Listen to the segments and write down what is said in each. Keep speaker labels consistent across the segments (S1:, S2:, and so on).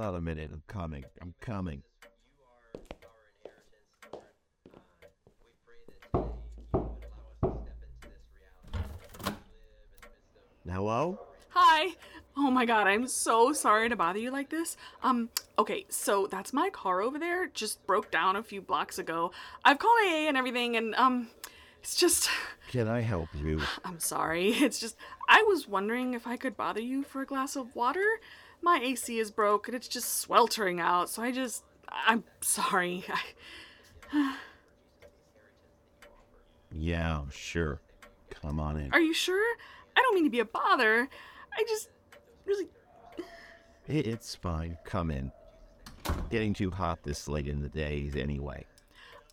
S1: out a minute. I'm coming. I'm coming. Hello?
S2: Hi. Oh my god, I'm so sorry to bother you like this. Um, okay, so that's my car over there. Just broke down a few blocks ago. I've called AA and everything, and um, it's just.
S1: Can I help you?
S2: I'm sorry. It's just. I was wondering if I could bother you for a glass of water. My AC is broke and it's just sweltering out, so I just. I'm sorry. I,
S1: Yeah, sure. Come on in.
S2: are you sure? I don't mean to be a bother. I just. Really.
S1: I- It's fine. Come in. Getting too hot this late in the days, anyway.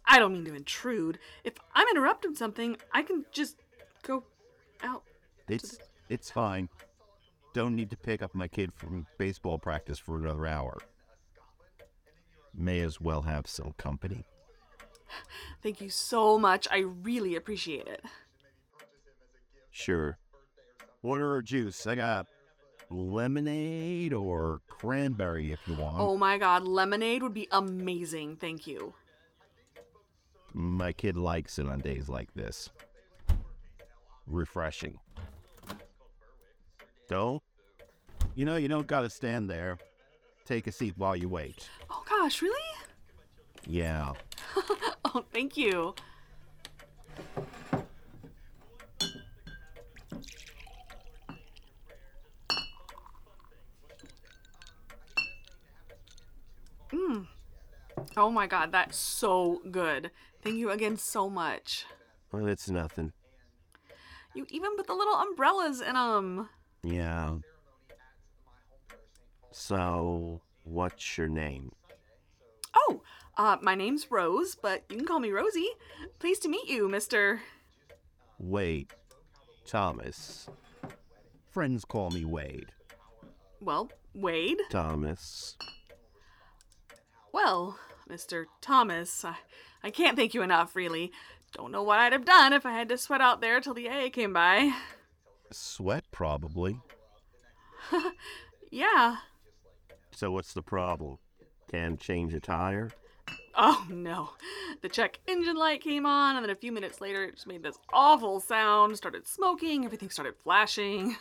S2: I don't mean to intrude. If I'm interrupting something, I can just go out.
S1: It's it's fine. Don't need to pick up my kid from baseball practice for another hour. May as well have some company.
S2: Thank you so much. I really appreciate it.
S1: Sure. Water or juice? I got lemonade or cranberry if you want.
S2: Oh my god, lemonade would be amazing. Thank you.
S1: My kid likes it on days like this. Refreshing. Don't? You know, you don't gotta stand there. Take a seat while you wait.
S2: Oh gosh, really?
S1: Yeah.
S2: Oh, thank you. Mmm. Oh my god, that's so good. Thank you again so much.
S1: Well, it's nothing.
S2: You even put the little umbrellas in them.
S1: Yeah. So, what's your name?
S2: Oh, uh, my name's Rose, but you can call me Rosie. Pleased to meet you, Mr.
S1: Wade. Thomas. Friends call me Wade.
S2: Well, Wade.
S1: Thomas.
S2: Well, Mr. Thomas, I, I can't thank you enough, really. Don't know what I'd have done if I had to sweat out there till the AA came by.
S1: Sweat, probably.
S2: Yeah.
S1: So, what's the problem? Can't change a tire?
S2: Oh no. The check engine light came on, and then a few minutes later, it just made this awful sound, started smoking, everything started flashing.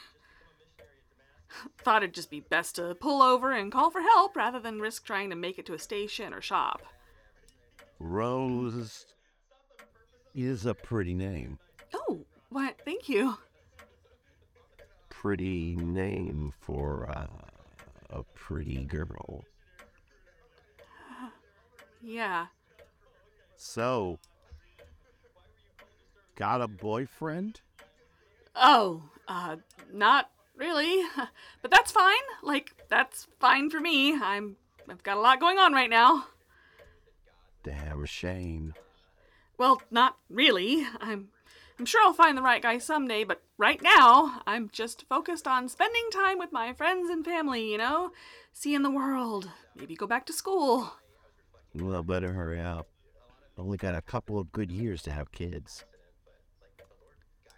S2: Thought it'd just be best to pull over and call for help rather than risk trying to make it to a station or shop.
S1: Rose is a pretty name.
S2: Oh, what? Thank you.
S1: Pretty name for uh, a pretty girl.
S2: Yeah.
S1: So, got a boyfriend?
S2: Oh, uh, not really. But that's fine. Like, that's fine for me. I'm, I've got a lot going on right now.
S1: Damn shame.
S2: Well, not really. I'm, I'm sure I'll find the right guy someday, but right now, I'm just focused on spending time with my friends and family, you know? Seeing the world. Maybe go back to school.
S1: Well, better hurry up. Only got a couple of good years to have kids.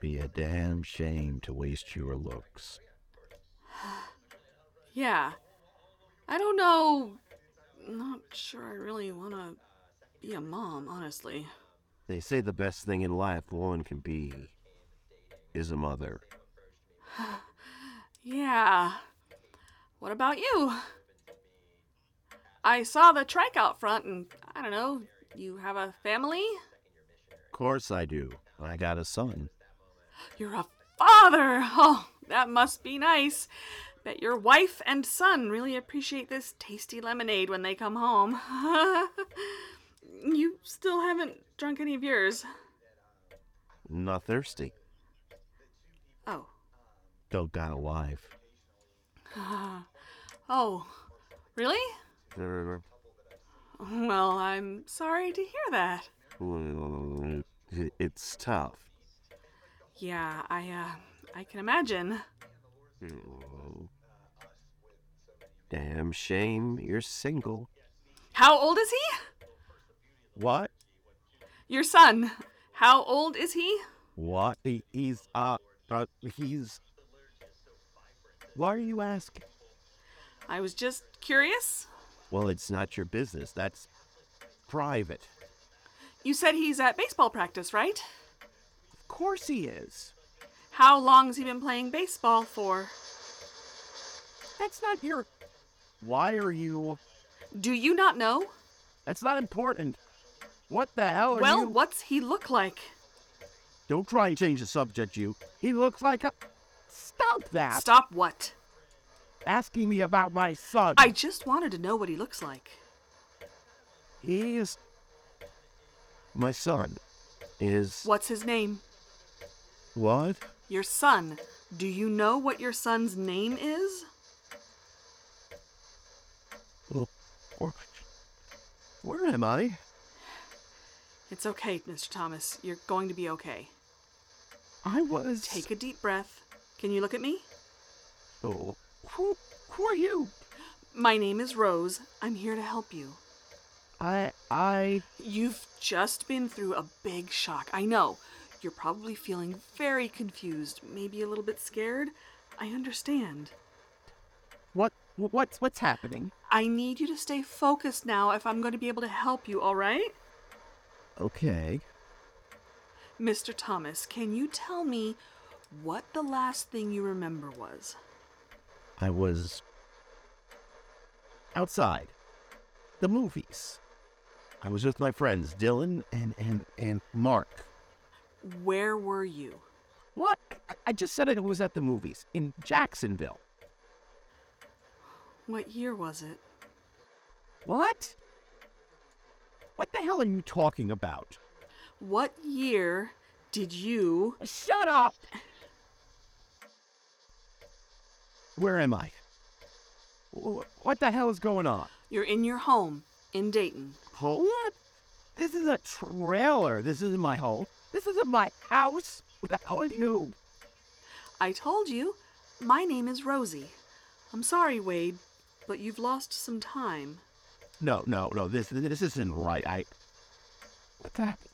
S1: Be a damn shame to waste your looks.
S2: Yeah. I don't know. Not sure I really want to be a mom, honestly.
S1: They say the best thing in life one can be is a mother.
S2: Yeah. What about you? I saw the trike out front, and I don't know, you have a family?
S1: Of course I do. I got a son.
S2: You're a father! Oh, that must be nice. Bet your wife and son really appreciate this tasty lemonade when they come home. you still haven't drunk any of yours.
S1: Not thirsty.
S2: Oh.
S1: Don't got a wife.
S2: oh, really?
S1: Well,
S2: Well, I'm sorry to hear that.
S1: It's tough.
S2: Yeah, I uh I can imagine.
S1: Damn shame you're single.
S2: How old is he?
S1: What?
S2: Your son. How old is he?
S1: What? He- He's, uh, uh he's. Why are you asking?
S2: I was just curious.
S1: Well, it's not your business. That's private.
S2: You said he's at baseball practice, right?
S1: Of course he is.
S2: How long's he been playing baseball for?
S1: That's not your. Why are you?
S2: Do you not know?
S1: That's not important. What the hell are
S2: well,
S1: you?
S2: what's he look like?
S1: Don't try and change the subject, you. He looks like a. Stop that!
S2: Stop what?
S1: asking me about my son.
S2: I just wanted to know what he looks like.
S1: He is. My son is.
S2: What's his name?
S1: What?
S2: Your son. Do you know what your son's name is?
S1: Where, Oh, where am I?
S2: It's okay, Mr. Thomas. You're going to be okay.
S1: I was.
S2: Take a deep breath. Can you look at me?
S1: Oh, who, who are you?
S2: My name is Rose. I'm here to help you.
S1: I. I.
S2: You've just been through a big shock. I know. You're probably feeling very confused, maybe a little bit scared. I understand.
S1: What? What's what's happening?
S2: I need you to stay focused now if I'm going to be able to help you, all right?
S1: Okay.
S2: Mr. Thomas, can you tell me what the last thing you remember was?
S1: I was. Outside. The movies. I was with my friends, Dylan and and and Mark.
S2: Where were you?
S1: What? I- I just said it was at the movies in Jacksonville.
S2: What year was it?
S1: What? What the hell are you talking about?
S2: What year did you?
S1: Shut up! Where am I? Wh- What the hell is going on?
S2: You're in your home in Dayton.
S1: What? This is a trailer. This isn't my home. This isn't my house. What the hell are you?
S2: I told you, my name is Rosie. I'm sorry, Wade, but you've lost some time.
S1: No, no, no. This this isn't right. I. What's happening?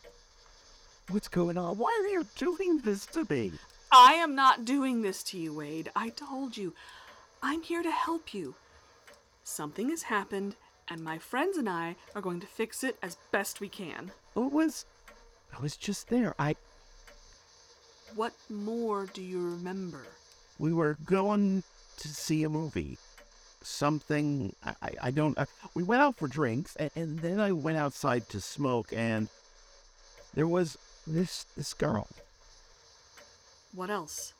S1: What's going on? Why are you doing this to me?
S2: I am not doing this to you, Wade. I told you. I'm here to help you. Something has happened, and my friends and I are going to fix it as best we can.
S1: It was. I was just there. I.
S2: What more do you remember?
S1: We were going to see a movie. Something. I, I, I don't. I, we went out for drinks, and, and then I went outside to smoke, and there was this this girl.
S2: What else?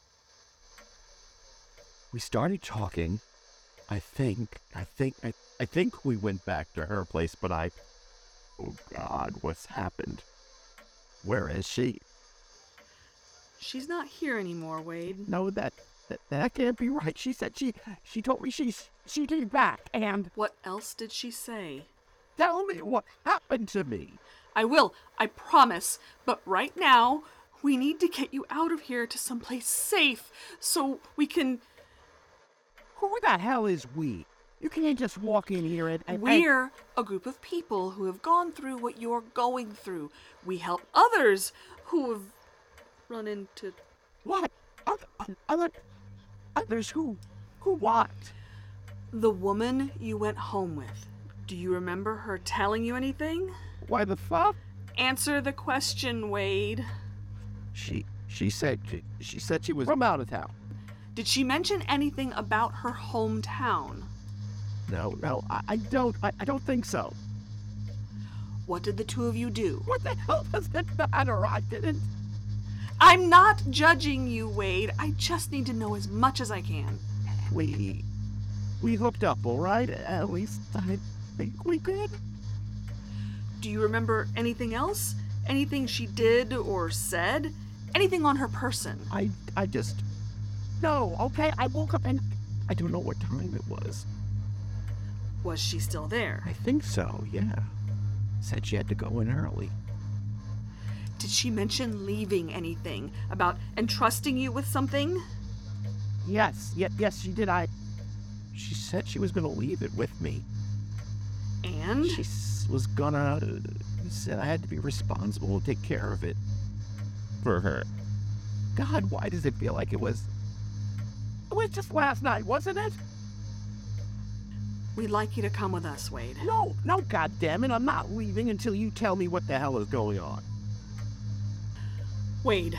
S1: We started talking. I think. I think. I, I think we went back to her place, but I. Oh God, what's happened? Where is she?
S2: She's not here anymore, Wade.
S1: No, that that, that can't be right. She said she she told me she's she came back and
S2: What else did she say?
S1: tell me what happened to me.
S2: I will, I promise. But right now, we need to get you out of here to someplace safe so we can.
S1: Who the hell is we? You can't just walk in here and, and- and-
S2: We're a group of people who have gone through what you're going through. We help others who have run into.
S1: what other other others who who what?
S2: The woman you went home with. Do you remember her telling you anything?
S1: Why the fuck?
S2: Answer the question, Wade.
S1: She she said she, she said she was from out of town.
S2: Did she mention anything about her hometown?
S1: No, no, I, I don't I, I don't think so.
S2: What did the two of you do?
S1: What the hell does it matter? I didn't
S2: I'm not judging you, Wade. I just need to know as much as I can.
S1: We we hooked up, all right? At least I think we did.
S2: Do you remember anything else? Anything she did or said? Anything on her person?
S1: I I just no. Okay, I woke up and I don't know what time it was.
S2: Was she still there?
S1: I think so. Yeah, said she had to go in early.
S2: Did she mention leaving anything about entrusting you with something?
S1: Yes, yes, yes, she did. I. She said she was gonna leave it with me.
S2: And
S1: She s- was gonna. uh, Said I had to be responsible and take care of it. For her. God, why does it feel like it was? It was just last night, wasn't it?
S2: We'd like you to come with us, Wade.
S1: No, no, goddammit, I'm not leaving until you tell me what the hell is going on.
S2: Wade,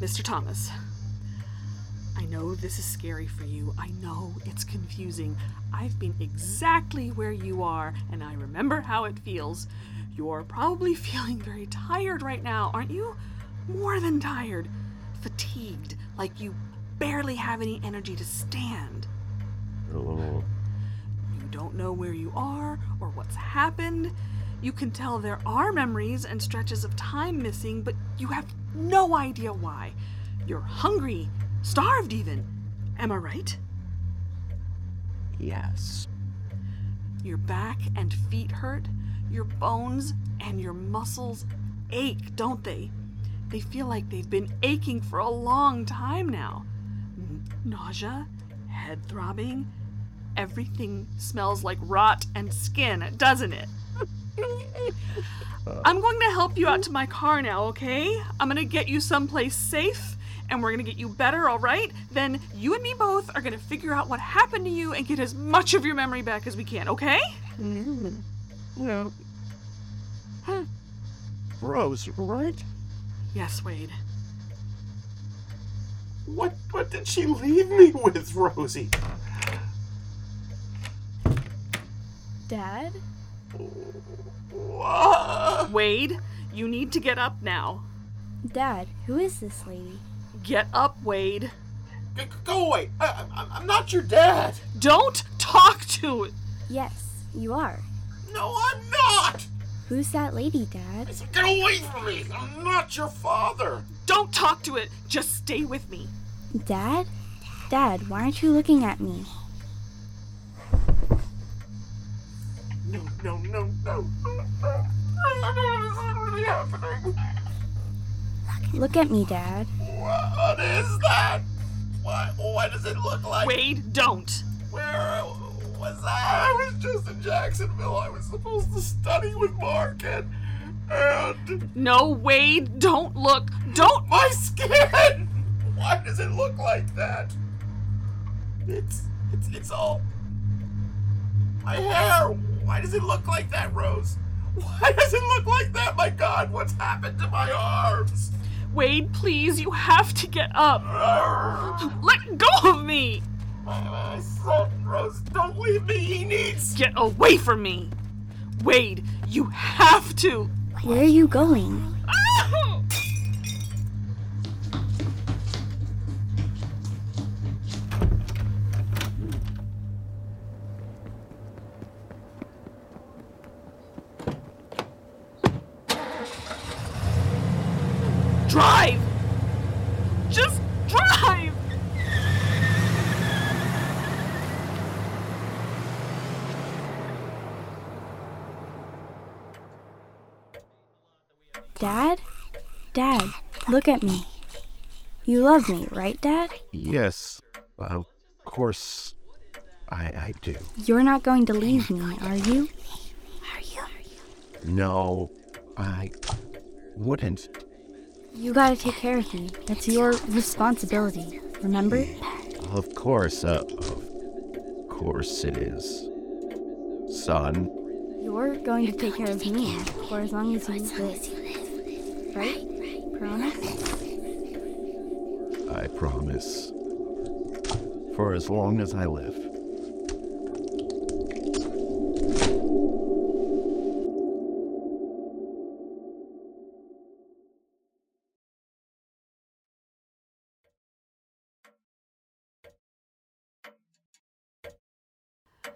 S2: Mr. Thomas, I know this is scary for you. I know it's confusing. I've been exactly where you are, and I remember how it feels. You're probably feeling very tired right now, aren't you? More than tired. Fatigued, like you barely have any energy to stand.
S1: Oh,
S2: You don't know where you are or what's happened. You can tell there are memories and stretches of time missing, but you have no idea why. You're hungry, starved even. Am I right?
S1: yes.
S2: Your back and feet hurt. Your bones and your muscles ache, don't they? They feel like they've been aching for a long time now. N- nausea, head throbbing. Everything smells like rot and skin, doesn't it? I'm going to help you out to my car now, okay? I'm going to get you someplace safe and we're going to get you better, all right? Then you and me both are going to figure out what happened to you and get as much of your memory back as we can, okay?
S1: Mm. Well, huh. Bros, right?
S2: Yes, Wade.
S3: What what did she leave me with, Rosie?
S4: Dad?
S3: Wha-
S2: Wade, you need to get up now.
S4: Dad, who is this lady?
S2: Get up, Wade.
S3: G- g- Go away! I, I, I'm not your dad.
S2: Don't talk to it.
S4: Yes, you are.
S3: No, I'm not.
S4: Who's that lady, Dad?
S3: I said, Get away from me! I'm not your father.
S2: Don't talk to it. Just stay with me.
S4: Dad? Dad, why aren't you looking at me?
S3: No, no, no, no. I don't know this is really happening.
S4: Look at me, Dad.
S3: What is that? Why? Why does it look like?
S2: Wade, don't.
S3: Where was I? I was just in Jacksonville. I was supposed to study with Mark and and
S2: No, Wade, don't look. Don't.
S3: my skin. Why does it look like that? It's it's it's all my hair. Why does it look like that, Rose? Why does it look like that? My God, what's happened to my arms?
S2: Wade, please, you have to get up.
S3: My,
S2: Let go of me.
S3: my son, Rose, don't leave me. He needs
S2: Get away from me. Wade, you have to.
S4: Where are you going?
S2: Ah! Drive! Just drive!
S4: Dad? Dad, look at me. You love me, right, Dad?
S1: Yes, of course I, I do.
S4: You're not going to leave me, are you?
S1: No, I wouldn't.
S4: You gotta take care of me. That's your responsibility, remember?
S1: Of course, uh, of course it is. Son.
S4: You're going to take care of me for as long as you live. Right? Promise?
S1: I promise. For as long as I live.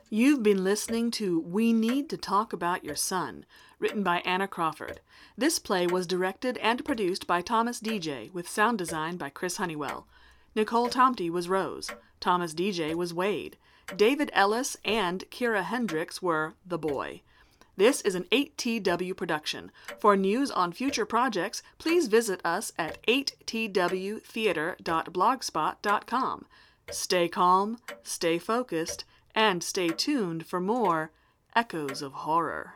S2: You've been listening to We Need to Talk About Your Son, written by Anna Crawford. This play was directed and produced by Thomas DJ, with sound design by Chris Honeywell. Nicole Tomty was Rose. Thomas DJ was Wade. David Ellis and Kira Hendricks were The Boy. This is an 8TW production. For news on future projects, please visit us at 8twtheater.blogspot.com. Stay calm, stay focused, and stay tuned for more Echoes of Horror.